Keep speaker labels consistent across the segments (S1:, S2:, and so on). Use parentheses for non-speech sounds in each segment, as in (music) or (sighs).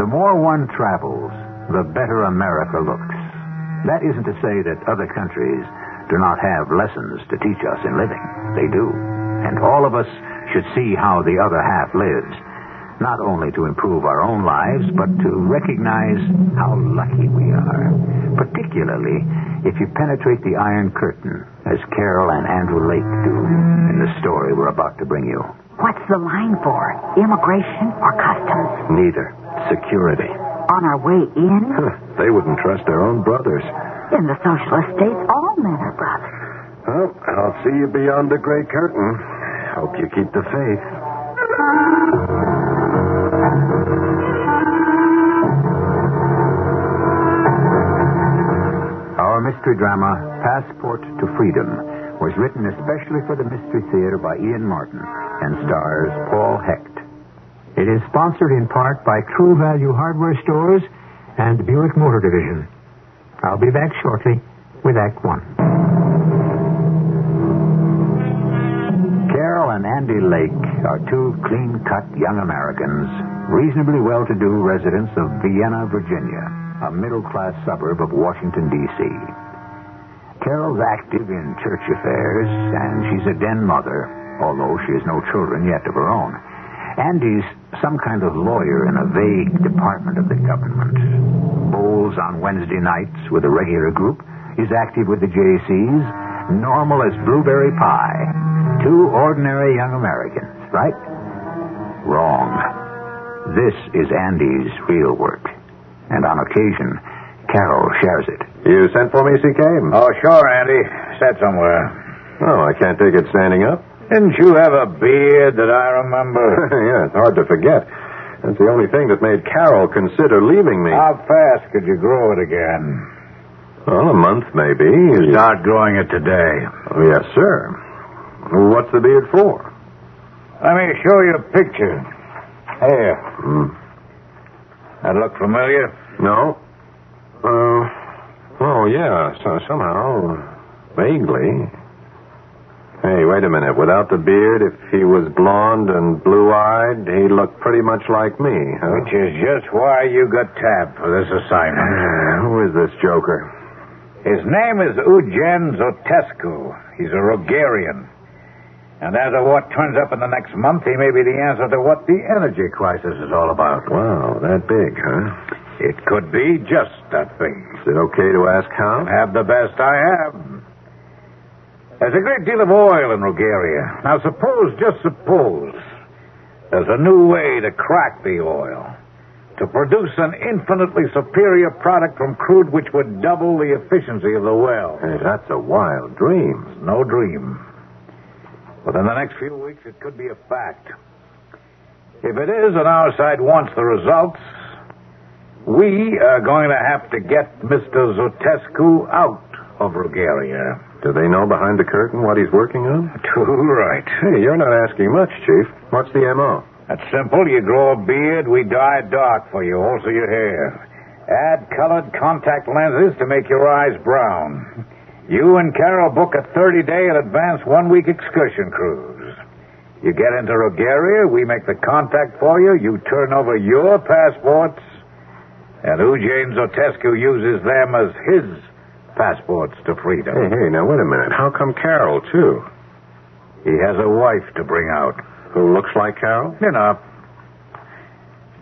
S1: The more one travels, the better America looks. That isn't to say that other countries do not have lessons to teach us in living. They do. And all of us should see how the other half lives, not only to improve our own lives, but to recognize how lucky we are, particularly if you penetrate the Iron Curtain, as Carol and Andrew Lake do in the story we're about to bring you.
S2: What's the line for? Immigration or customs?
S1: Neither. Security.
S2: On our way in?
S1: They wouldn't trust their own brothers.
S2: In the socialist states, all men are brothers.
S1: Well, I'll see you beyond the gray curtain. Hope you keep the faith. Our mystery drama, Passport to Freedom, was written especially for the Mystery Theater by Ian Martin and stars Paul Hecht. It is sponsored in part by True Value Hardware Stores and the Buick Motor Division. I'll be back shortly with Act One. Carol and Andy Lake are two clean cut young Americans, reasonably well to do residents of Vienna, Virginia, a middle class suburb of Washington, D.C. Carol's active in church affairs, and she's a den mother, although she has no children yet of her own. Andy's some kind of lawyer in a vague department of the government. Bowls on Wednesday nights with a regular group. He's active with the JCs. Normal as blueberry pie. Two ordinary young Americans, right? Wrong. This is Andy's real work. And on occasion, Carol shares it.
S3: You sent for me, C.K.?
S1: Oh, sure, Andy. Sat somewhere.
S3: Oh, Hmm. I can't take it standing up.
S1: Didn't you have a beard that I remember?
S3: Oh, (laughs) yeah, it's hard to forget. That's the only thing that made Carol consider leaving me.
S1: How fast could you grow it again?
S3: well, a month, maybe.
S1: Start growing it today.
S3: Oh, yes, sir. What's the beard for?
S1: Let me show you a picture. Here. That look familiar?
S3: Hmm. No. Uh, oh, yeah, so, somehow. Vaguely. Hey, wait a minute. Without the beard, if he was blond and blue-eyed, he looked pretty much like me, huh?
S1: Which is just why you got tapped for this assignment.
S3: Ah, Who is this joker?
S1: His name is Eugen Zotescu. He's a Rogarian. And as of what turns up in the next month, he may be the answer to what the energy crisis is all about.
S3: Wow, that big, huh?
S1: It could be just that thing.
S3: Is it okay to ask how?
S1: have the best I have. There's a great deal of oil in Rugeria. Now, suppose, just suppose, there's a new way to crack the oil, to produce an infinitely superior product from crude which would double the efficiency of the well.
S3: Hey, that's a wild dream.
S1: It's no dream. Within the next few weeks, it could be a fact. If it is, and our side wants the results, we are going to have to get Mr. Zotescu out of Rugeria.
S3: Do they know behind the curtain what he's working on?
S1: Too right.
S3: Hey, you're not asking much, Chief. What's the M.O.?
S1: That's simple. You grow a beard, we dye it dark for you, also your hair. Add colored contact lenses to make your eyes brown. You and Carol book a 30 day in advance one week excursion cruise. You get into Rogaria, we make the contact for you, you turn over your passports, and Eugene Zotescu uses them as his passports to freedom.
S3: (laughs) Hey, hey, now wait a minute. How come Carol, too?
S1: He has a wife to bring out.
S3: Who looks like Carol?
S1: You know,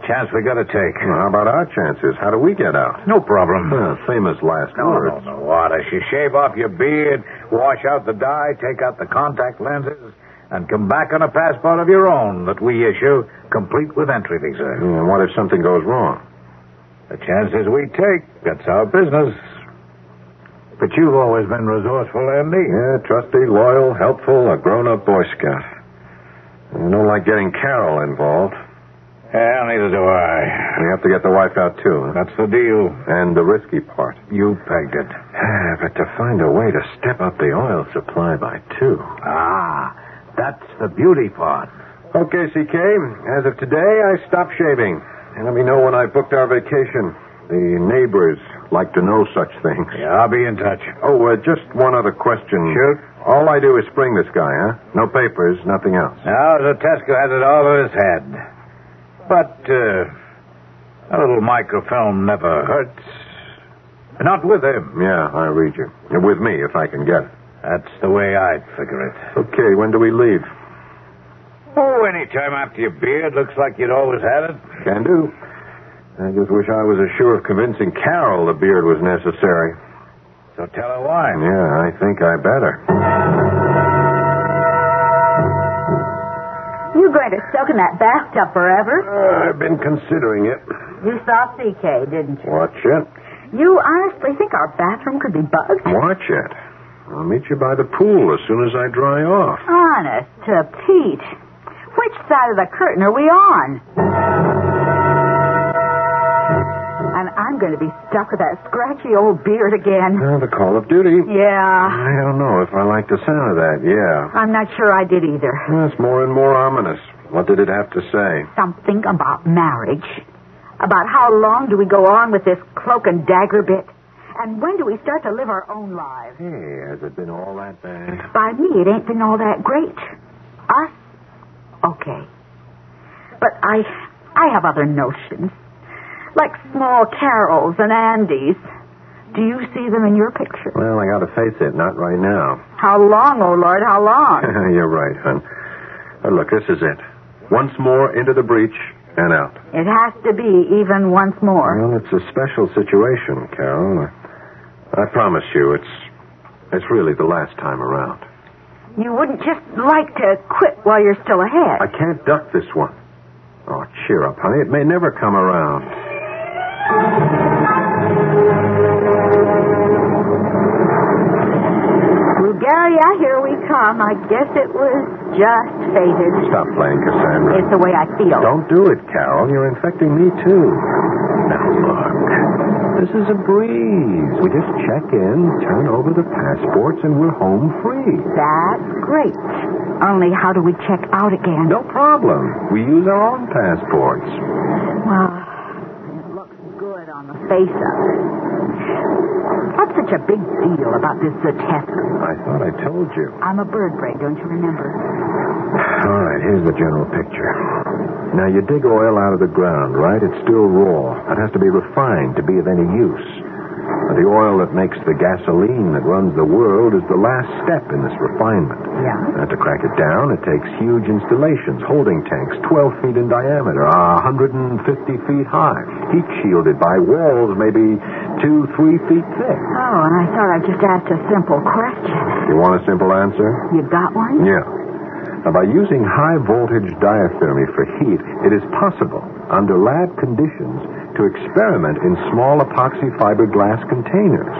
S1: chance we gotta take.
S3: Well, how about our chances? How do we get out?
S1: No problem.
S3: Huh, famous last
S1: No, no,
S3: words.
S1: no, Waters. You shave off your beard, wash out the dye, take out the contact lenses, and come back on a passport of your own that we issue, complete with entry visa.
S3: Yeah, what if something goes wrong?
S1: The chances we take, that's our business. But you've always been resourceful, Andy.
S3: Yeah, trusty, loyal, helpful, a grown-up Boy Scout. I don't like getting Carol involved.
S1: Yeah, neither do I.
S3: We have to get the wife out, too.
S1: That's the deal.
S3: And the risky part.
S4: You pegged it.
S3: (sighs) but to find a way to step up the oil supply by two.
S4: Ah, that's the beauty part.
S3: Okay, CK. As of today, I stopped shaving. And let me know when I booked our vacation. The neighbors like to know such things. (laughs)
S1: Yeah, I'll be in touch.
S3: Oh, uh, just one other question.
S1: Shoot.
S3: All I do is spring this guy, huh? No papers, nothing else.
S1: Now, Zatesco has it all over his head. But, uh, a little microfilm never hurts. Not with him.
S3: Yeah, I read you. With me, if I can get it.
S1: That's the way I'd figure it.
S3: Okay, when do we leave?
S1: Oh, any time after your beard looks like you'd always had it.
S3: Can do. I just wish I was as sure of convincing Carol the beard was necessary.
S1: So tell her why.
S3: Yeah, I think I better.
S2: You going to soak in that bathtub forever?
S3: Uh, I've been considering it.
S2: You saw CK, didn't you?
S3: Watch it.
S2: You honestly think our bathroom could be bugged?
S3: Watch it. I'll meet you by the pool as soon as I dry off.
S2: Honest to Pete. Which side of the curtain are we on? And I'm going to be stuck with that scratchy old beard again.
S3: Uh, the Call of Duty.
S2: Yeah,
S3: I don't know if I like the sound of that, yeah.
S2: I'm not sure I did either.
S3: That's more and more ominous. What did it have to say?
S2: Something about marriage. About how long do we go on with this cloak and dagger bit? And when do we start to live our own lives?
S3: Hey, has it been all that bad?
S2: By me, it ain't been all that great. Us? Okay. But I I have other notions. Like small Carols and Andes. Do you see them in your picture?
S3: Well, I gotta face it, not right now. (laughs)
S2: How long, oh Lord, how long?
S3: You're right, hon. Uh, look, this is it. Once more into the breach and out.
S2: It has to be even once more.
S3: Well, it's a special situation, Carol. I promise you, it's it's really the last time around.
S2: You wouldn't just like to quit while you're still
S3: I
S2: ahead.
S3: can't duck this one. Oh, cheer up, honey. It may never come around.
S2: Bulgaria, here we come. I guess it was just fated.
S3: Stop playing Cassandra.
S2: It's the way I feel.
S3: Don't do it, Carol. You're infecting me, too. Now, look. This is a breeze. We just check in, turn over the passports, and we're home free.
S2: That's great. Only how do we check out again?
S3: No problem. We use our own passports.
S2: Well, it looks good on the face of it. What's such a big deal about this Zatesca?
S3: I thought I told you.
S2: I'm a bird brain, don't you remember?
S3: All right, here's the general picture. Now, you dig oil out of the ground, right? It's still raw. It has to be refined to be of any use. But the oil that makes the gasoline that runs the world is the last step in this refinement.
S2: Yeah.
S3: And to crack it down, it takes huge installations, holding tanks 12 feet in diameter, uh, 150 feet high, heat shielded by walls maybe two, three feet thick.
S2: Oh, and I thought I just asked a simple question.
S3: You want a simple answer?
S2: You got one?
S3: Yeah. Now, by using high voltage diathermy for heat, it is possible, under lab conditions, to experiment in small epoxy fiberglass containers.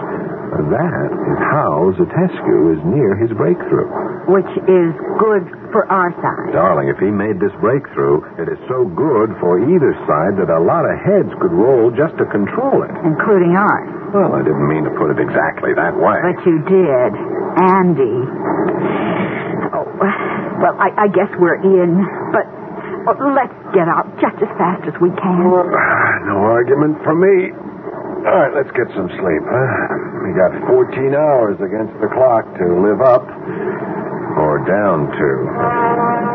S3: That is how Zatescu is near his breakthrough.
S2: Which is good for our side.
S3: Darling, if he made this breakthrough, it is so good for either side that a lot of heads could roll just to control it.
S2: Including ours.
S3: Well, I didn't mean to put it exactly that way.
S2: But you did. Andy. Oh, well, I, I guess we're in. But oh, let's get out just as fast as we can.
S3: No argument for me. All right, let's get some sleep, huh? We got 14 hours against the clock to live up or down to.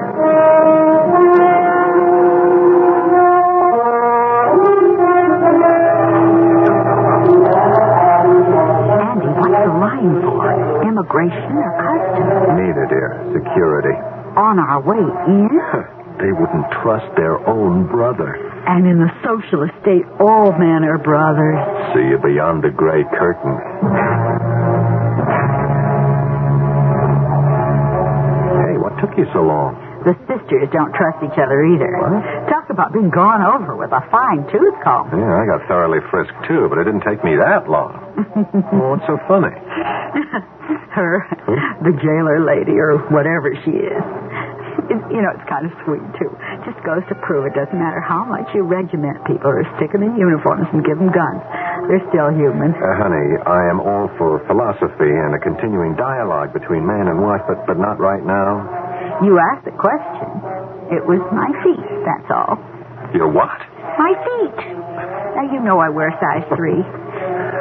S2: Andy, what's the line for? Immigration or customs?
S3: Neither, dear. Security.
S2: On our way in?
S3: They wouldn't trust their own brother.
S2: And in the socialist state, all men are brothers.
S3: See you beyond the gray curtain. Hey, what took you so long?
S2: The sisters don't trust each other either.
S3: What?
S2: Talk about being gone over with a fine tooth comb.
S3: Yeah, I got thoroughly frisked, too, but it didn't take me that long. (laughs) well, what's so funny?
S2: Her, the jailer lady, or whatever she is. It, you know, it's kind of sweet, too. Just goes to prove it doesn't matter how much you regiment people or stick them in uniforms and give them guns. They're still human.
S3: Uh, honey, I am all for philosophy and a continuing dialogue between man and wife, but, but not right now.
S2: You asked the question. It was my feet, that's all.
S3: Your what?
S2: My feet. Now, you know I wear size three.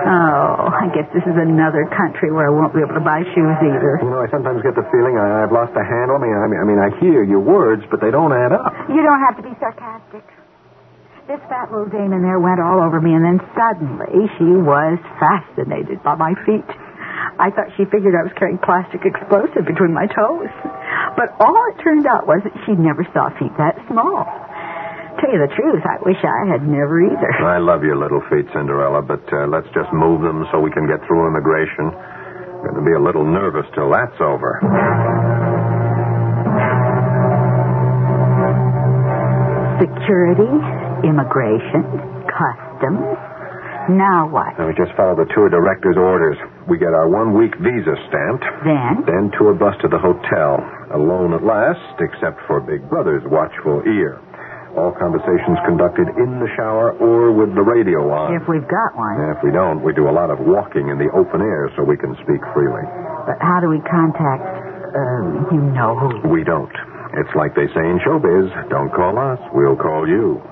S2: Oh, I guess this is another country where I won't be able to buy shoes either.
S3: You know, I sometimes get the feeling I, I've lost a handle. I mean, I mean, I mean, I hear your words, but they don't add up.
S2: You don't have to be sarcastic. This fat little dame in there went all over me, and then suddenly she was fascinated by my feet. I thought she figured I was carrying plastic explosive between my toes. But all it turned out was that she never saw feet that small. Tell you the truth, I wish I had never either.
S3: I love your little feet, Cinderella, but uh, let's just move them so we can get through immigration. I'm going to be a little nervous till that's over.
S2: Security, immigration, customs. Now what?
S3: Now we just follow the tour director's orders. We get our one week visa stamped,
S2: Then?
S3: then tour bus to the hotel. Alone at last, except for Big Brother's watchful ear. All conversations conducted in the shower or with the radio on.
S2: If we've got one.
S3: And if we don't, we do a lot of walking in the open air so we can speak freely.
S2: But how do we contact, um, you know who?
S3: We don't. It's like they say in showbiz don't call us, we'll call you.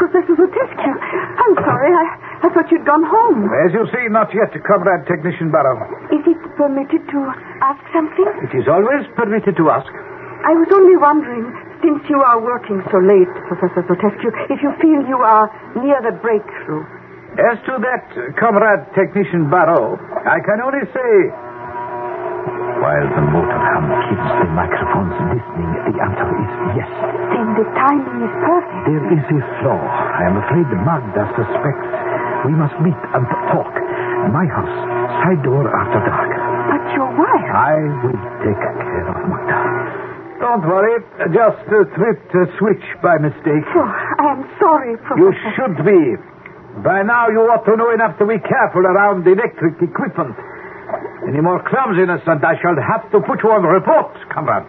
S5: Professor Zotescu, I'm sorry. I, I thought you'd gone home.
S1: As you see, not yet, Comrade Technician Barrow.
S5: Is it permitted to ask something?
S1: It is always permitted to ask.
S5: I was only wondering, since you are working so late, Professor Zotescu, if you feel you are near the breakthrough.
S1: As to that, Comrade Technician Barrow, I can only say
S4: While the motorham keeps the microphones listening, the answer is yes.
S5: Then the timing is perfect.
S4: There is a flaw. I am afraid Magda suspects. We must meet and talk. My house, side door after dark.
S5: But your wife.
S4: I will take care of Magda.
S1: Don't worry. Just uh, tripped a switch by mistake.
S5: Oh, I am sorry,
S1: You
S5: Professor.
S1: should be. By now, you ought to know enough to be careful around electric equipment. Any more clumsiness, and I shall have to put you on report, comrade.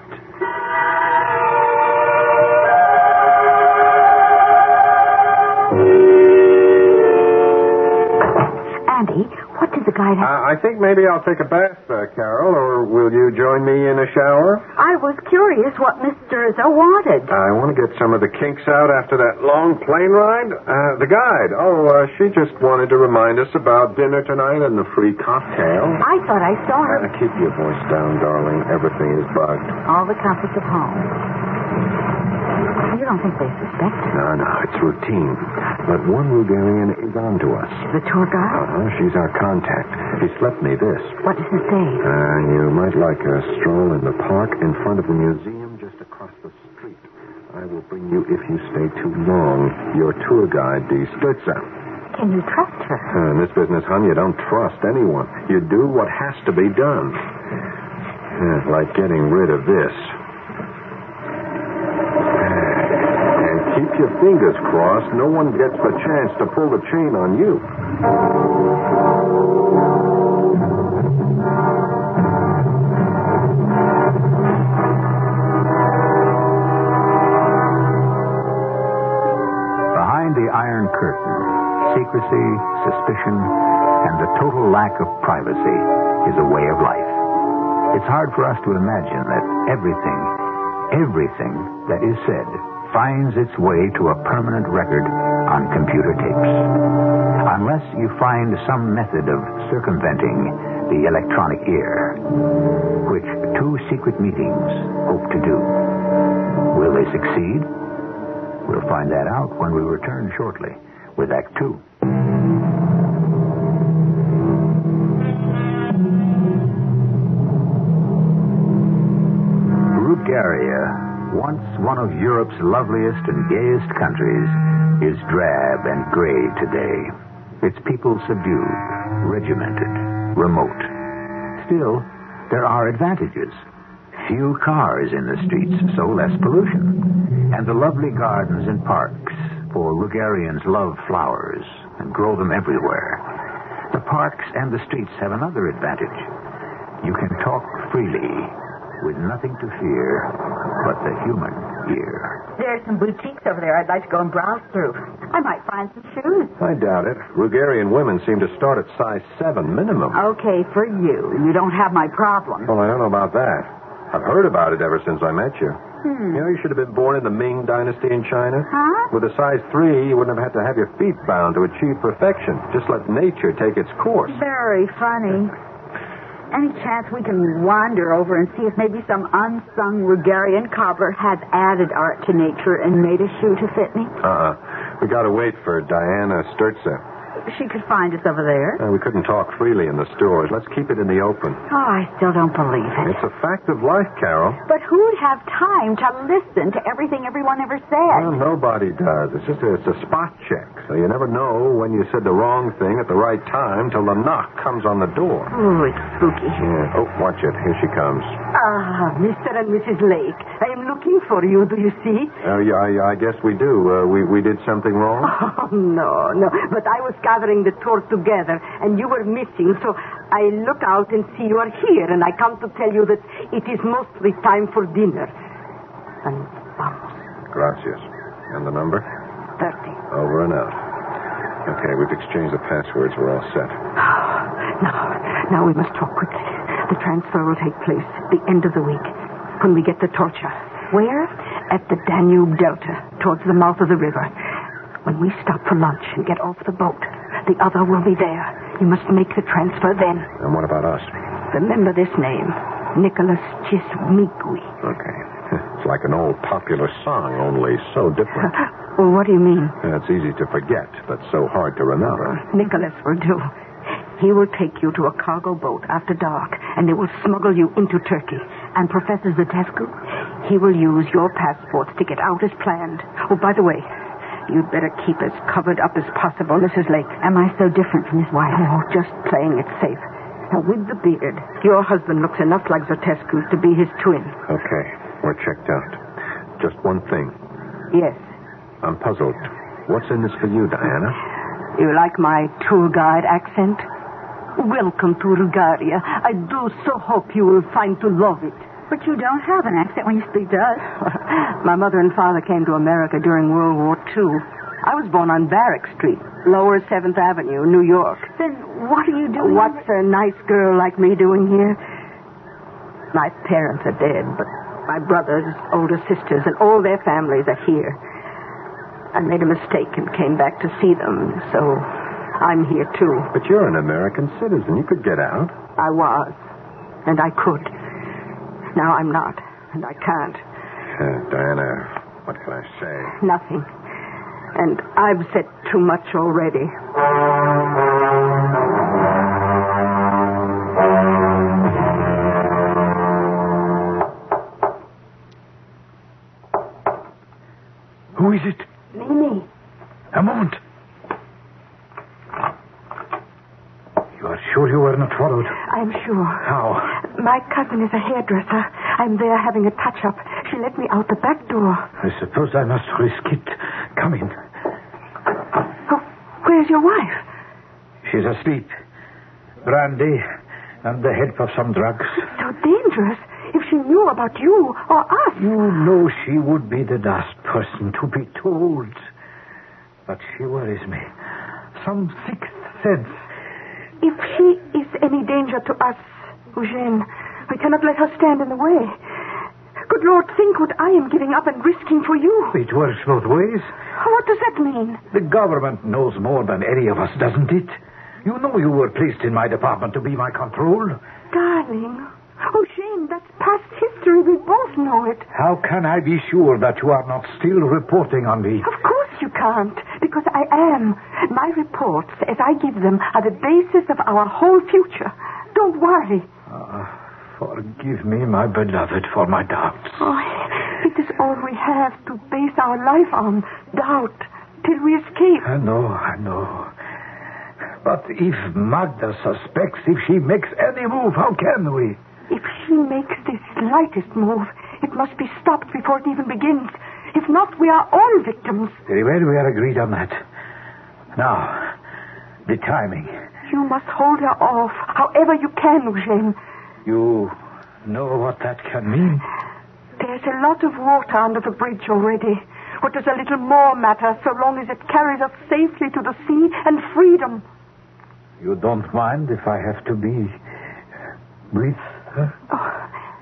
S2: Andy, what does the guide have?
S3: Uh, I think maybe I'll take a bath, uh, Carol, or will you join me in a shower?
S2: I was curious what Mr. Izzo wanted.
S3: I want to get some of the kinks out after that long plane ride. Uh, the guide. Oh, uh, she just wanted to remind us about dinner tonight and the free cocktail.
S2: I thought I saw him.
S3: Uh, keep your voice down, darling. Everything is bugged.
S2: All the comforts of home. You don't think they suspect us?
S3: No, no, it's routine. But one Bulgarian is on to us.
S2: The tour guide?
S3: Uh-huh, she's our contact. She slept me this.
S2: What does it say?
S3: Uh, you might like a stroll in the park in front of the museum just across the street. I will bring you if you stay too long. Your tour guide, D. Splitzer.
S2: Can you trust her?
S3: Uh, in this business, hon, you don't trust anyone. You do what has to be done. Yeah, like getting rid of this. And keep your fingers crossed. No one gets the chance to pull the chain on you.
S4: Behind the Iron Curtain, secrecy, suspicion, and the total lack of privacy is a way of life. It's hard for us to imagine that everything, everything that is said finds its way to a permanent record on computer tapes. Unless you find some method of circumventing the electronic ear, which two secret meetings hope to do. Will they succeed? We'll find that out when we return shortly with Act Two. Bulgaria, once one of Europe's loveliest and gayest countries, is drab and gray today. Its people subdued, regimented, remote. Still, there are advantages. Few cars in the streets, so less pollution. And the lovely gardens and parks, for Rugarians love flowers and grow them everywhere. The parks and the streets have another advantage. You can talk freely with nothing to fear but the human ear.
S2: There's some boutiques over there I'd like to go and browse through. I might find some shoes.
S3: I doubt it. Rugarian women seem to start at size 7 minimum.
S2: Okay, for you. You don't have my problem.
S3: Well, I don't know about that. I've heard about it ever since I met you. You know, you should have been born in the Ming Dynasty in China.
S2: Huh?
S3: With a size three, you wouldn't have had to have your feet bound to achieve perfection. Just let nature take its course.
S2: Very funny. Any chance we can wander over and see if maybe some unsung Rugarian cobbler has added art to nature and made a shoe to fit me?
S3: Uh-uh. We gotta wait for Diana Sturza.
S2: She could find us over there.
S3: Uh, we couldn't talk freely in the stores. Let's keep it in the open.
S2: Oh, I still don't believe it.
S3: It's a fact of life, Carol.
S2: But who'd have time to listen to everything everyone ever said?
S3: Well, nobody does. It's just a, it's a spot check. So you never know when you said the wrong thing at the right time till the knock comes on the door.
S2: Ooh, Oh, it's spooky.
S3: Yeah. Oh, watch it. Here she comes.
S5: Ah, Mr. and Mrs. Lake, I am looking for you, do you see?
S3: Uh, yeah, I, I guess we do. Uh, we, we did something wrong.
S5: Oh, (laughs) no, no. But I was gathering the tour together, and you were missing, so I look out and see you are here, and I come to tell you that it is mostly time for dinner. And vamos,
S3: Gracias. And the number?
S5: 30.
S3: Over and out. Okay, we've exchanged the passwords. We're all set.
S5: Now, now we must talk quickly. The transfer will take place at the end of the week when we get the torture. Where? At the Danube Delta, towards the mouth of the river. When we stop for lunch and get off the boat, the other will be there. You must make the transfer then.
S3: And what about us? (laughs)
S5: Remember this name Nicholas Chismigui.
S3: Okay. It's like an old popular song, only so different.
S5: Well, what do you mean?
S3: Uh, It's easy to forget, but so hard to remember.
S5: Nicholas will do. He will take you to a cargo boat after dark, and they will smuggle you into Turkey. And Professor Zatescu, he will use your passports to get out as planned. Oh, by the way, you'd better keep as covered up as possible, Mrs. Lake.
S2: Am I so different from his wife?
S5: Oh, just playing it safe. Now, with the beard, your husband looks enough like Zatescu to be his twin.
S3: Okay, we're checked out. Just one thing.
S5: Yes.
S3: I'm puzzled. What's in this for you, Diana?
S5: You like my tour guide accent? Welcome to Rugaria. I do so hope you will find to love it.
S2: But you don't have an accent when you speak to us.
S5: (laughs) My mother and father came to America during World War II. I was born on Barrack Street, Lower 7th Avenue, New York.
S2: Then what are you doing?
S5: What's a nice girl like me doing here? My parents are dead, but my brothers, older sisters, and all their families are here. I made a mistake and came back to see them, so I'm here too.
S3: But you're an American citizen. You could get out.
S5: I was, and I could. Now I'm not, and I can't.
S3: Uh, Diana, what can I say?
S5: Nothing. And I've said too much already.
S1: Who is it?
S2: Mimi.
S1: A moment. You are sure you were not followed?
S5: I'm sure.
S1: How?
S5: My cousin is a hairdresser. I'm there having a touch up. She let me out the back door.
S1: I suppose I must risk it. Come in.
S5: Oh, where's your wife?
S1: She's asleep. Brandy and the help of some drugs.
S5: So dangerous. If she knew about you or us.
S1: You know she would be the last person to be told. But she worries me. Some sixth sense.
S5: If she is any danger to us, Eugene, we cannot let her stand in the way. Good Lord, think what I am giving up and risking for you.
S1: It works both ways.
S5: What does that mean?
S1: The government knows more than any of us, doesn't it? You know you were placed in my department to be my control.
S5: Darling. Eugene, that's past history. We both know it.
S1: How can I be sure that you are not still reporting on me?
S5: Of course you can't, because I am. My reports, as I give them, are the basis of our whole future. Don't worry.
S1: Ah, forgive me, my beloved, for my doubts.
S5: Oh, it is all we have to base our life on doubt till we escape.
S1: I know, I know. But if Magda suspects, if she makes any move, how can we?
S5: If she makes the slightest move, it must be stopped before it even begins. If not, we are all victims.
S1: Very well, we are agreed on that. Now, the timing.
S5: You must hold her off, however you can, Eugene.
S1: You know what that can mean?
S5: There's a lot of water under the bridge already. What does a little more matter so long as it carries us safely to the sea and freedom?
S1: You don't mind if I have to be with her?
S5: Oh,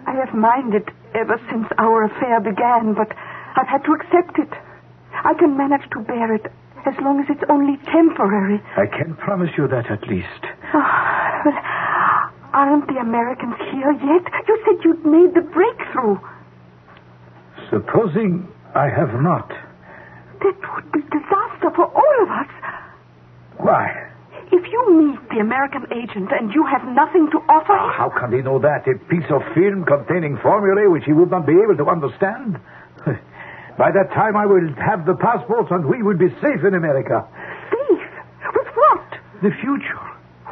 S5: I have minded ever since our affair began, but I've had to accept it. I can manage to bear it as long as it's only temporary.
S1: I can promise you that at least.
S5: (sighs) Oh, well, aren't the Americans here yet? You said you'd made the breakthrough.
S1: Supposing I have not.
S5: That would be disaster for all of us.
S1: Why?
S5: If you meet the American agent and you have nothing to offer.
S1: Ah, How can he know that? A piece of film containing formulae which he would not be able to understand? (laughs) By that time, I will have the passports and we will be safe in America.
S5: Safe? With what?
S1: Uh-huh. The future.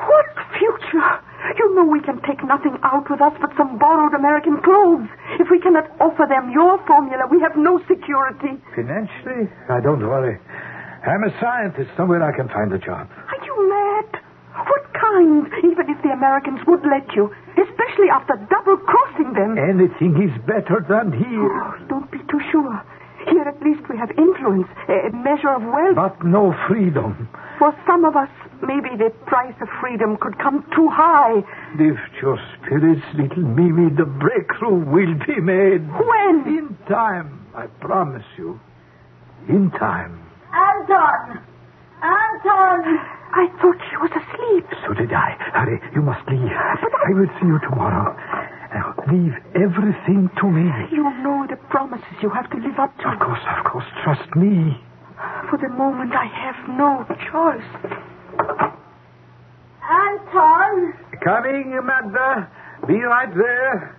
S5: What future? You know we can take nothing out with us but some borrowed American clothes. If we cannot offer them your formula, we have no security.
S1: Financially? I don't worry. I'm a scientist. Somewhere I can find a job.
S5: Are you mad? What kind, even if the Americans would let you, especially after double crossing them?
S1: Eh? Anything is better than here.
S5: Oh, don't be too sure. Here at least we have influence, a a measure of wealth.
S1: But no freedom.
S5: For some of us, maybe the price of freedom could come too high.
S1: Lift your spirits, little Mimi. The breakthrough will be made.
S5: When?
S1: In time, I promise you. In time.
S6: Anton! Anton!
S5: I thought she was asleep.
S1: So did I. Hurry, you must leave. I will see you tomorrow. Now, leave everything to me.
S5: You know the promises you have to live up to.
S1: Of course, of course. Trust me.
S5: For the moment, I have no choice.
S6: Anton!
S1: Coming, Magda. Be right there.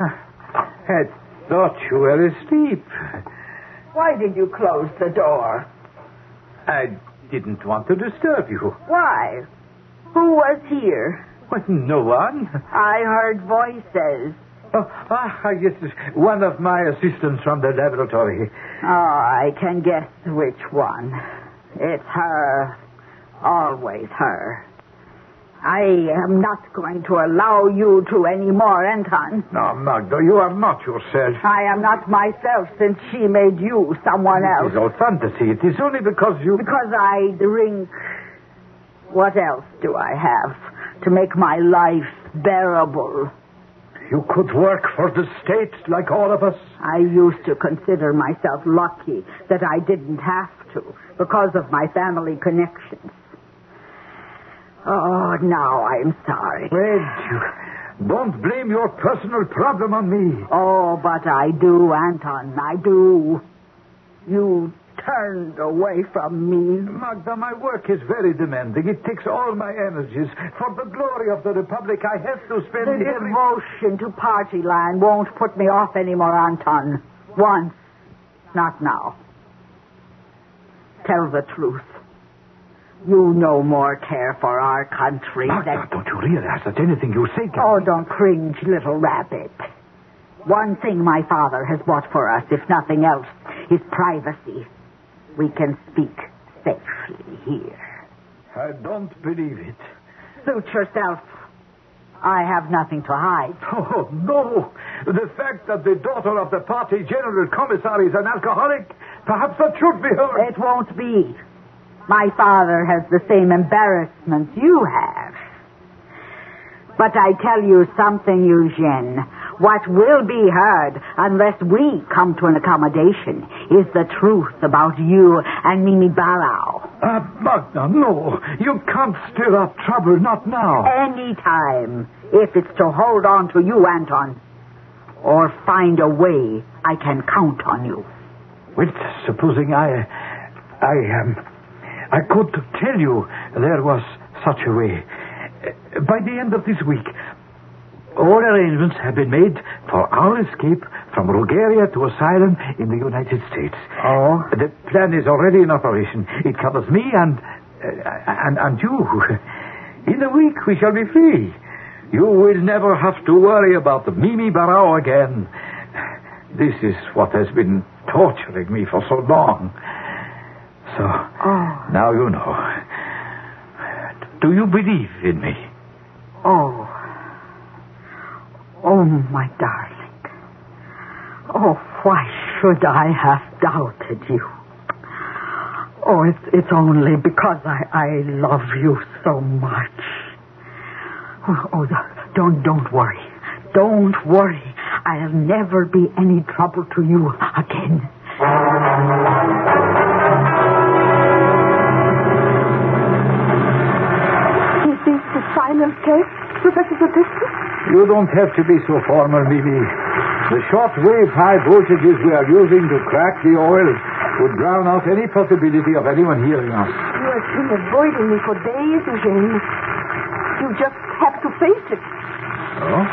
S1: Ah, I thought you were asleep.
S2: Why did you close the door?
S1: I didn't want to disturb you.
S2: Why? Who was here?
S1: Well, no one.
S2: I heard voices.
S1: Oh, ah, I guess it's one of my assistants from the laboratory.
S2: Oh, I can guess which one. It's her. Always her. I am not going to allow you to any more, Anton.
S1: No, Magda, you are not yourself.
S2: I am not myself since she made you someone
S1: It
S2: else.
S1: is all fantasy. It is only because you.
S2: Because I drink. What else do I have to make my life bearable?
S1: You could work for the state like all of us.
S2: I used to consider myself lucky that I didn't have to because of my family connections. Oh, now I'm sorry.
S1: Wait, you. Don't blame your personal problem on me.
S2: Oh, but I do, Anton. I do. You turned away from me.
S1: Magda, my work is very demanding. It takes all my energies. For the glory of the Republic, I have to spend
S2: The
S1: every...
S2: devotion to party line won't put me off anymore, Anton. Once. Not now. Tell the truth. You no more care for our country than.
S1: Magda, don't you realize that anything you say can...
S2: Oh, don't cringe, little rabbit. One thing my father has bought for us, if nothing else, is privacy. We can speak safely here. Oh.
S1: I don't believe it.
S2: Suit yourself. I have nothing to hide.
S1: Oh, no. The fact that the daughter of the party general commissary is an alcoholic, perhaps that should be her.
S2: It won't be. My father has the same embarrassments you have. But I tell you something, Eugene. What will be heard, unless we come to an accommodation, is the truth about you and Mimi Barrow.
S1: Ah, Magda, no. You can't stir up trouble, not now.
S2: Any time, if it's to hold on to you, Anton, or find a way I can count on you.
S1: Well, supposing I. I Um, I could tell you there was such a way. Uh, By the end of this week, all arrangements have been made for our escape from Bulgaria to asylum in the United States.
S2: Oh?
S1: The plan is already in operation. It covers me and. Uh, and, and you. (laughs) In a week, we shall be free. You will never have to worry about Mimi Barao again. This is what has been torturing me for so long. So, now you know. Do you believe in me?
S7: Oh. Oh, my darling. Oh, why should I have doubted you? Oh, it's, it's only because I, I love you so much. Oh, oh, don't, don't worry. Don't worry. I'll never be any trouble to you again.
S5: Is this the final case, Professor Zabriskie?
S1: You don't have to be so formal, Mimi. The short wave high voltages we are using to crack the oil would drown out any possibility of anyone hearing us.
S5: You have been avoiding me for days, Eugene. You just have to face it.
S1: Oh?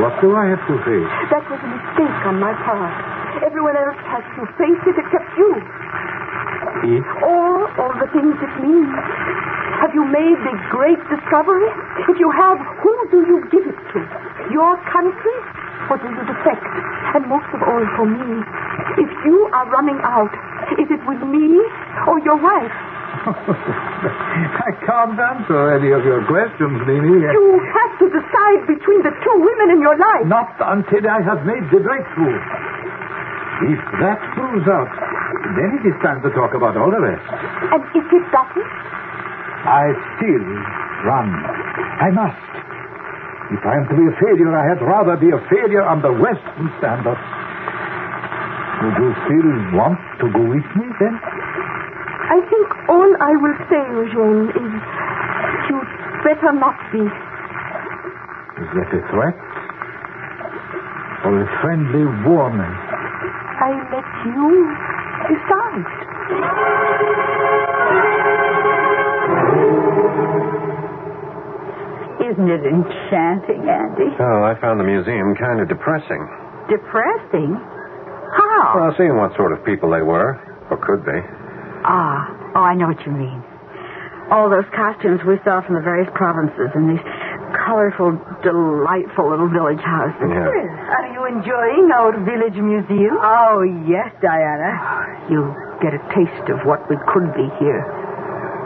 S1: What do I have to face?
S5: That was a mistake on my part. Everyone else has to face it except you.
S1: It?
S5: All, all the things it means. Have you made the great discovery? If you have, who do you give it to? Your country? Or do you defect? And most of all, for me, if you are running out, is it with me or your wife?
S1: (laughs) I can't answer any of your questions, Mimi.
S5: You have to decide between the two women in your life.
S1: Not until I have made the breakthrough. If that proves out, then it is time to talk about all the rest.
S5: And if it doesn't,
S1: I still run. I must. If I am to be a failure, I had rather be a failure under Western standards. Would you still want to go with me then?
S5: I think all I will say, Eugene, is you'd better not be.
S1: Is that a threat? Or a friendly warning?
S5: I let you decide.
S7: Isn't it enchanting, Andy?
S3: Oh, I found the museum kind of depressing.
S7: Depressing? How?
S3: Well, seeing what sort of people they were, or could be.
S7: Ah, oh, I know what you mean. All those costumes we saw from the various provinces and these colorful, delightful little village houses.
S3: Yeah.
S7: Are you enjoying our village museum? Oh, yes, Diana.
S5: You get a taste of what we could be here.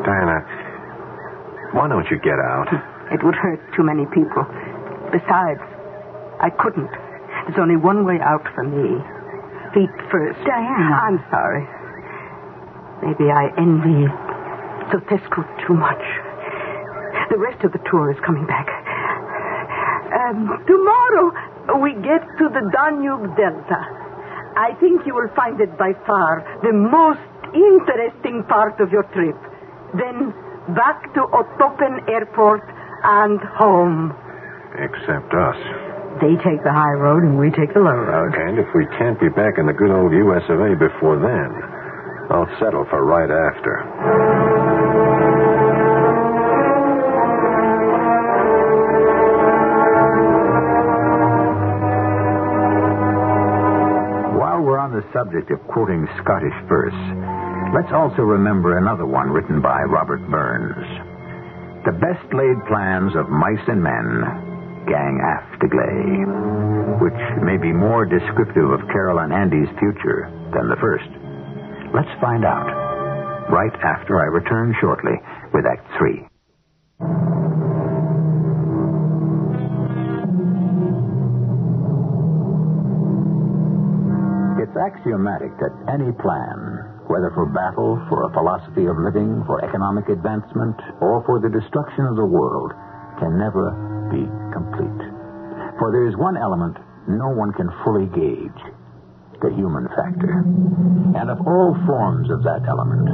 S3: Diana, why don't you get out?
S5: It would hurt too many people. Besides, I couldn't. There's only one way out for me. Feet first.
S7: Diana.
S5: I'm sorry. Maybe I envy Sotescu too much. The rest of the tour is coming back. Um, tomorrow we get to the Danube Delta. I think you will find it by far the most interesting part of your trip. Then back to Otopen Airport and home.
S3: Except us.
S7: They take the high road and we take the low road.
S3: And if we can't be back in the good old US of A before then, I'll settle for right after.
S4: While we're on the subject of quoting Scottish verse, let's also remember another one written by Robert Burns. The best laid plans of mice and men gang aft to gley, which may be more descriptive of Carol and Andy's future than the first. Let's find out right after I return shortly with Act Three. It's axiomatic that any plan, whether for battle, for a philosophy of living, for economic advancement, or for the destruction of the world, can never be complete. For there is one element no one can fully gauge the human factor. And of all forms of that element,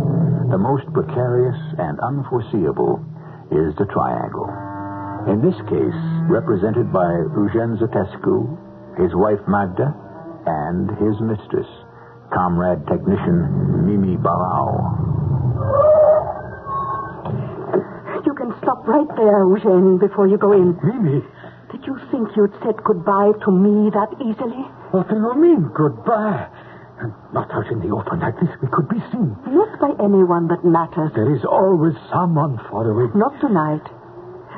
S4: the most precarious and unforeseeable is the triangle. In this case, represented by Eugen Zotescu, his wife Magda, and his mistress, comrade technician Mimi Barao.
S5: You can stop right there, Eugene, before you go in.
S1: Mimi,
S5: Did you think you'd said goodbye to me that easily?
S1: what do you mean, goodbye? Not out in the open like this, we could be seen.
S5: Not by anyone that matters.
S1: There is always someone following.
S5: Not tonight.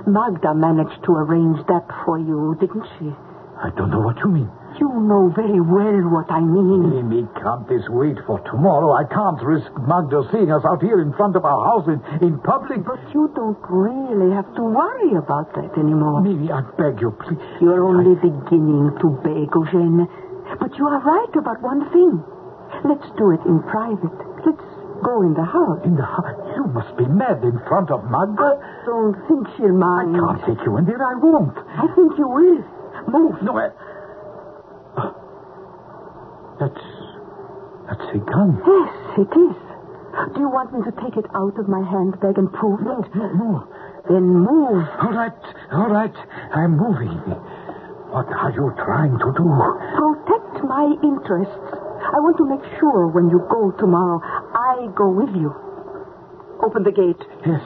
S5: Magda managed to arrange that for you, didn't she?
S1: I don't know what you mean.
S5: You know very well what I mean.
S1: Amy, can't this wait for tomorrow? I can't risk Magda seeing us out here in front of our house in, in public.
S5: But you don't really have to worry about that anymore.
S1: Amy, I beg you, please.
S5: You're only beginning to beg, Eugene. But you are right about one thing. Let's do it in private. Let's go in the house.
S1: In the house? You must be mad in front of Magda.
S5: I don't think she'll
S1: I
S5: mind.
S1: can't take you in there. I won't.
S5: I think you will. Move.
S1: No, I... That's... That's a gun.
S5: Yes, it is. Do you want me to take it out of my handbag and prove it?
S1: No.
S5: Then move.
S1: All right, all right. I'm moving. What are you trying to do?
S5: Protect my interests. I want to make sure when you go tomorrow, I go with you. Open the gate.
S1: Yes,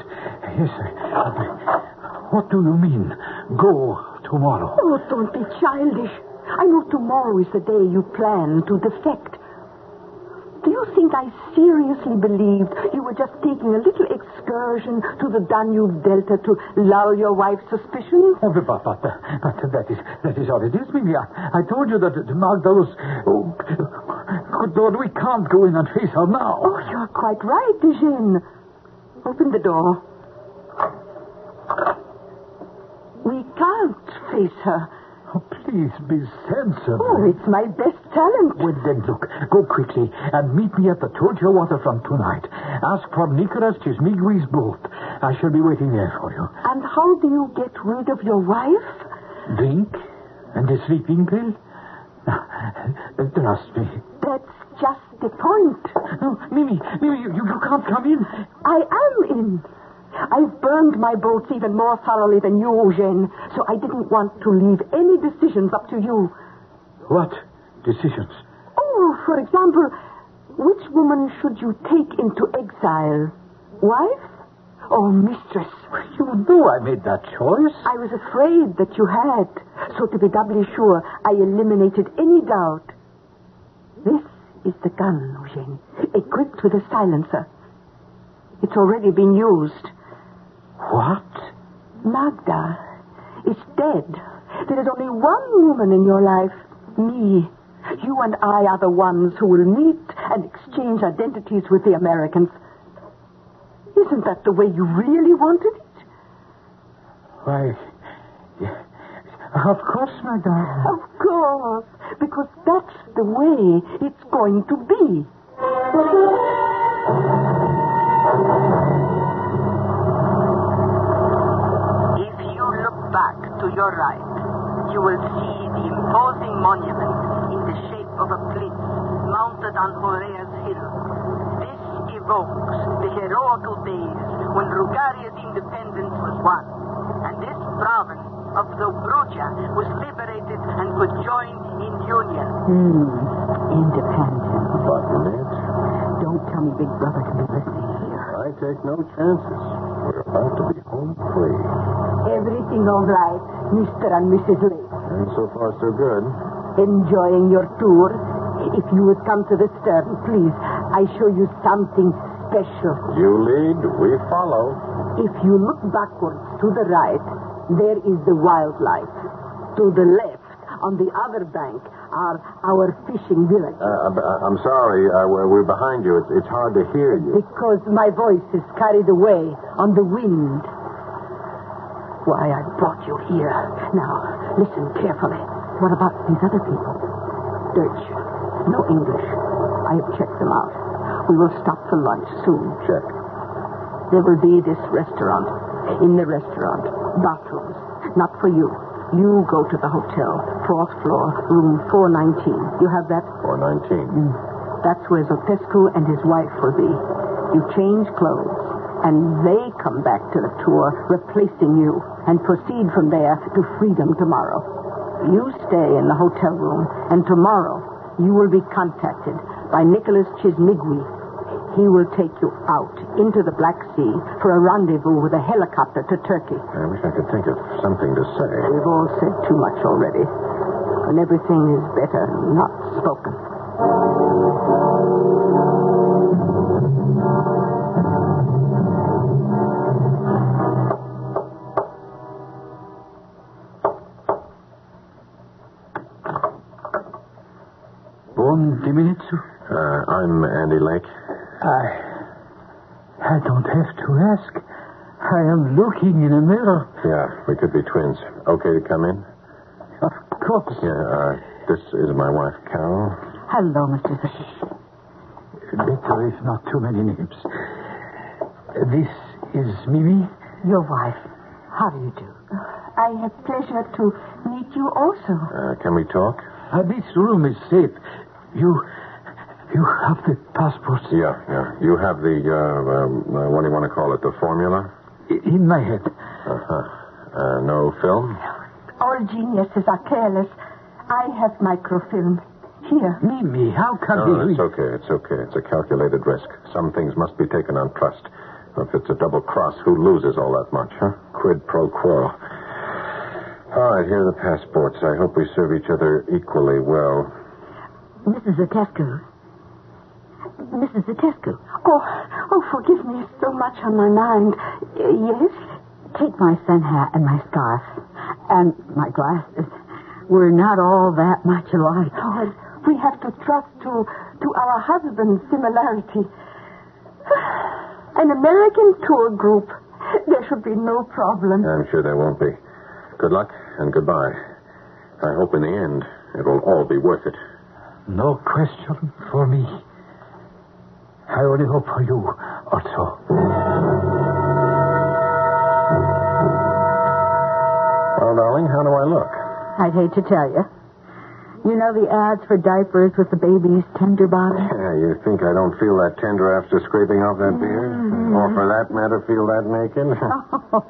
S1: yes. I- What do you mean? Go tomorrow.
S5: Oh, don't be childish. I know tomorrow is the day you plan to defect. Do you think I seriously believed you were just taking a little excursion to the Danube Delta to lull your wife's suspicions?
S1: Oh, but, but, but, but that is that is all it is, Mimi. I, I told you that Magda was. Oh, good Lord, we can't go in and face her now.
S5: Oh, you're quite right, Eugene. Open the door. We can't face her.
S1: Oh, please be sensible.
S5: Oh, it's my best talent.
S1: Well, then, look, go quickly and meet me at the Tojo waterfront tonight. Ask for Nicholas Chismigui's boat. I shall be waiting there for you.
S5: And how do you get rid of your wife?
S1: Drink and a sleeping pill? (laughs) Trust me.
S5: That's just the point.
S1: No, Mimi, Mimi, you, you can't come in.
S5: I am in. I've burned my boats even more thoroughly than you, Eugene, so I didn't want to leave any decisions up to you.
S1: What decisions?
S5: Oh, for example, which woman should you take into exile? Wife or mistress?
S1: You know I made that choice.
S5: I was afraid that you had, so to be doubly sure, I eliminated any doubt. This is the gun, Eugene, equipped with a silencer. It's already been used.
S1: What?
S5: Magda is dead. There is only one woman in your life, me. You and I are the ones who will meet and exchange identities with the Americans. Isn't that the way you really wanted it?
S1: Why, yeah, of course, my darling.
S5: Of course, because that's the way it's going to be.
S8: If you look back to your right, you will see the imposing monument in the shape of a plinth mounted on Horea's hill. This evokes the heroical days when Rugaria's independence was won, and this province of Dobruja was liberated and could join in union.
S7: Hmm. Independent.
S3: But, Lynch,
S7: Don't tell me Big Brother can be listening here.
S3: I take no chances. We're about to be home free.
S5: Everything all right, Mr. and Mrs. Lake.
S3: And so far, so good.
S5: Enjoying your tour. If you would come to the stern, please, I show you something special.
S3: You lead, we follow.
S5: If you look backwards to the right, there is the wildlife. To the left, on the other bank, are our fishing villages.
S3: Uh, I- I'm sorry, uh, we're, we're behind you. It's, it's hard to hear you.
S5: Because my voice is carried away on the wind. Why I brought you here. Now, listen carefully. What about these other people? Dutch. No English. I have checked them out. We will stop for lunch soon.
S3: Check.
S5: There will be this restaurant. In the restaurant, bathrooms. Not for you. You go to the hotel, fourth floor, room 419. You have that?
S3: 419.
S5: That's where Zotescu and his wife will be. You change clothes, and they come back to the tour, replacing you, and proceed from there to freedom tomorrow. You stay in the hotel room, and tomorrow you will be contacted by Nicholas Chismigui. He will take you out into the Black Sea for a rendezvous with a helicopter to Turkey.
S3: I wish I could think of something to say.
S5: We've all said too much already, and everything is better not spoken.
S1: Don Diminitsu?
S3: Uh, I'm Andy Lake.
S1: I. I don't have to ask. I am looking in a mirror.
S3: Yeah, we could be twins. Okay to come in?
S1: Of course.
S3: Yeah, uh, this is my wife, Carol.
S7: Hello, Mr. Fish.
S1: Better if not too many names. This is Mimi.
S7: Your wife. How do you do?
S2: I have pleasure to meet you also.
S3: Uh, can we talk?
S1: Uh, this room is safe. You. You have the passport
S3: Yeah, yeah. You have the, uh, um, uh, what do you want to call it, the formula?
S1: i- in my head.
S3: Uh-huh. Uh, no film?
S2: All geniuses are careless. I have microfilm. Here.
S1: Mimi, how can (laughs)
S3: No,
S1: we?
S3: it's okay. It's okay. It's a calculated risk. Some things must be taken on trust. If it's a double cross, who loses all that much, huh? Quid pro quo. All right, here are the passports. I hope we serve each other equally well.
S7: Mrs. Zatescu. Mrs. Zatescu.
S5: Oh, oh, forgive me. So much on my mind. Uh, yes?
S7: Take my sun hat and my scarf and my glasses. We're not all that much alike.
S5: Well, Oh, we have to trust to, to our husband's similarity. An American tour group. There should be no problem.
S3: I'm sure there won't be. Good luck and goodbye. I hope in the end it will all be worth it.
S1: No question for me. I only hope for you also.
S3: Well, darling, how do I look?
S7: I'd hate to tell you. You know the ads for diapers with the baby's tender bottom?
S3: Yeah, you think I don't feel that tender after scraping off that beard? Or for that matter, feel that naked?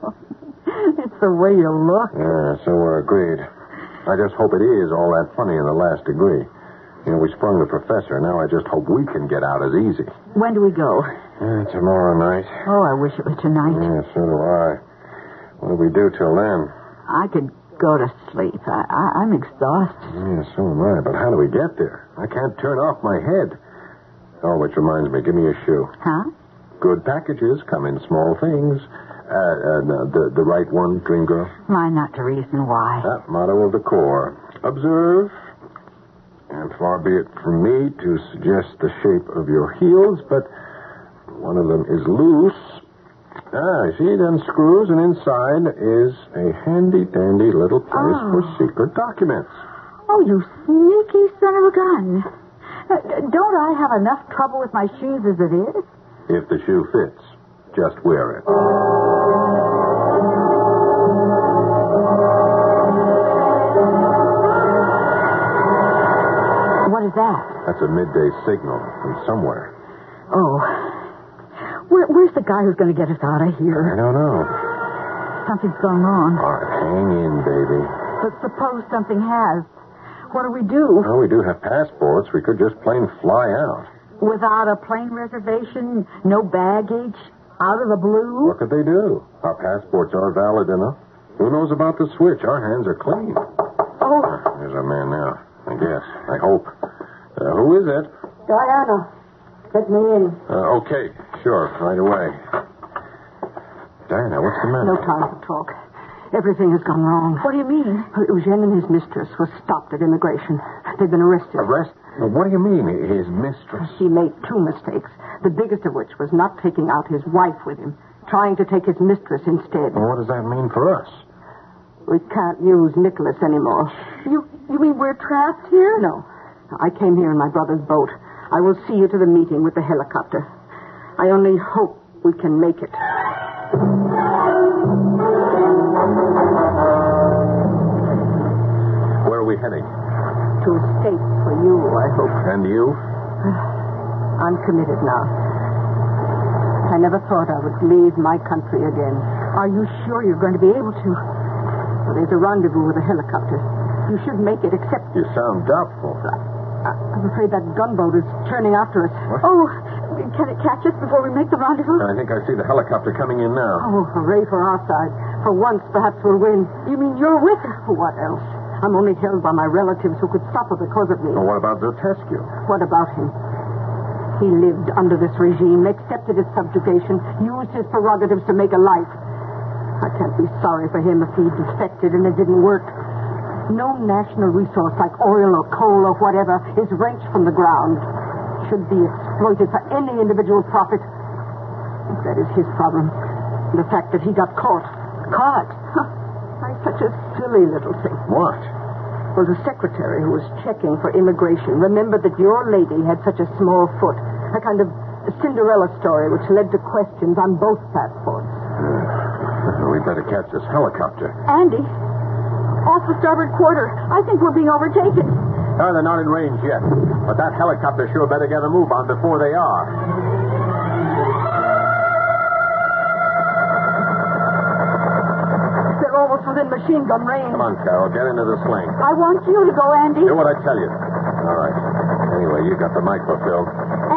S3: (laughs)
S7: it's the way you look.
S3: Yeah, so we're agreed. I just hope it is all that funny in the last degree. You know, we sprung the professor. Now I just hope we can get out as easy.
S7: When do we go?
S3: Yeah, tomorrow night.
S7: Oh, I wish it were tonight.
S3: Yeah, so do I. What do we do till then?
S7: I could go to sleep. I, I, I'm exhausted.
S3: Yeah, Mm, so am I. But how do we get there? I can't turn off my head. Oh, which reminds me, give me a shoe.
S7: Huh?
S3: Good packages come in small things. Uh, uh, no, the, the right one, dream girl.
S7: Why not to reason why?
S3: That motto of the Corps. Observe, and far be it from me to suggest the shape of your heels, but one of them is loose. Ah, she then screws, and inside is a handy dandy little place for secret documents.
S7: Oh, you sneaky son of a gun. Uh, Don't I have enough trouble with my shoes as it is?
S3: If the shoe fits, just wear it.
S7: What is that?
S3: That's a midday signal from somewhere.
S7: Oh. Where, where's the guy who's going to get us out of
S3: I
S7: here?
S3: don't know.
S7: Something's gone wrong.
S3: All right, hang in, baby.
S7: But suppose something has. What do we do?
S3: Well, we do have passports. We could just plain fly out.
S7: Without a plane reservation, no baggage, out of the blue?
S3: What could they do? Our passports are valid enough. Who knows about the switch? Our hands are clean.
S5: Oh.
S3: There's our man now. I guess. I hope. Uh, who is it?
S5: Diana, let me in.
S3: Uh, okay, sure, right away. Diana, what's the matter?
S5: No time for talk. Everything has gone wrong.
S7: What do you mean?
S5: Eugene and his mistress were stopped at immigration. They've been arrested.
S3: Arrest? Well, What do you mean, his mistress?
S5: He made two mistakes, the biggest of which was not taking out his wife with him, trying to take his mistress instead.
S3: Well, what does that mean for us?
S5: We can't use Nicholas anymore.
S7: You, you mean we're trapped here?
S5: No. I came here in my brother's boat. I will see you to the meeting with the helicopter. I only hope we can make it.
S3: Where are we heading?
S5: To a state for you, I hope.
S3: And you?
S5: I'm committed now. I never thought I would leave my country again.
S7: Are you sure you're going to be able to?
S5: There's a rendezvous with a helicopter. You should make it, except
S3: You sound doubtful.
S5: I- I'm afraid that gunboat is turning after us.
S7: Oh, can it catch us before we make the rendezvous?
S3: I think I see the helicopter coming in now.
S5: Oh, hooray for our side. For once, perhaps we'll win. You mean you're with us? What else? I'm only held by my relatives who could suffer because of me.
S3: Well, what about Zotescu?
S5: What about him? He lived under this regime, accepted its subjugation, used his prerogatives to make a life. I can't be sorry for him if he defected and it didn't work. No national resource like oil or coal or whatever is wrenched from the ground. Should be exploited for any individual profit. That is his problem. The fact that he got caught. Caught? Huh. I'm such a silly little thing.
S3: (laughs)
S9: What?
S5: Well, the secretary who was checking for immigration remembered that your lady had such a small foot. A kind of Cinderella story which led to questions on both platforms.
S9: We better catch this helicopter.
S5: Andy, off the starboard quarter. I think we're being overtaken.
S9: No, they're not in range yet. But that helicopter sure better get a move on before they are.
S5: They're almost within machine gun range.
S9: Come on, Carol, get into the sling.
S5: I want you to go, Andy.
S9: Do what I tell you. All right. Anyway, you got the microfilm.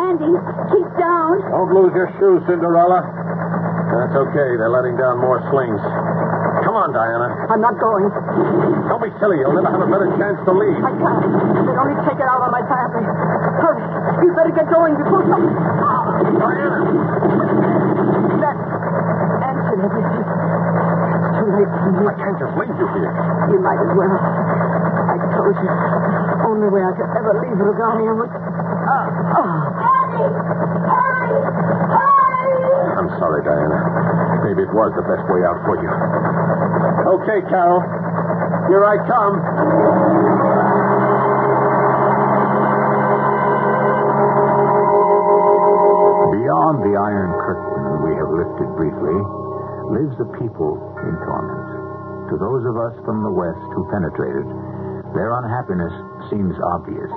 S5: Andy, keep down.
S9: Don't lose your shoes, Cinderella. That's okay. They're letting down more slings. Come on, Diana.
S5: I'm not going.
S9: Don't be silly. You'll never have a better chance to leave.
S5: I can't. They'd only take it out on my family. Hurry. You better get going before something. That answered everything. It's too late for me.
S9: I can't just leave you here.
S5: You might as well. I told you. Only way I could ever leave Lugania was. Ah. Oh.
S9: I'm sorry, Diana. Maybe it was the best way out for you. Okay, Carol. Here I come.
S3: Beyond the Iron Curtain we have lifted briefly lives a people in torment. To those of us from the West who penetrated, their unhappiness seems obvious.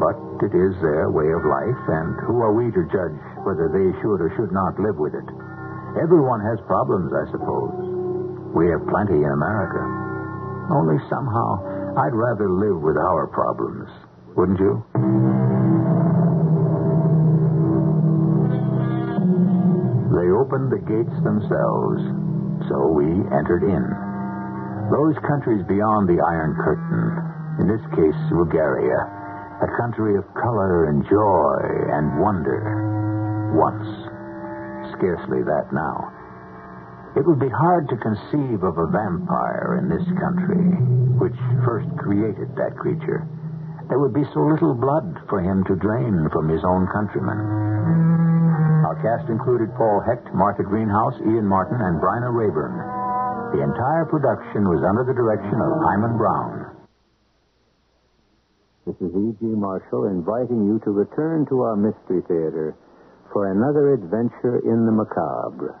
S3: But it is their way of life, and who are we to judge whether they should or should not live with it? Everyone has problems, I suppose. We have plenty in America. Only somehow, I'd rather live with our problems, wouldn't you? They opened the gates themselves, so we entered in. Those countries beyond the Iron Curtain, in this case, Bulgaria, a country of color and joy and wonder, once. Scarcely that now. It would be hard to conceive of a vampire in this country, which first created that creature. There would be so little blood for him to drain from his own countrymen. Our cast included Paul Hecht, Martha Greenhouse, Ian Martin, and Bryna Rayburn. The entire production was under the direction of Hyman Brown.
S10: This is E.G. Marshall inviting you to return to our Mystery Theater for another adventure in the macabre.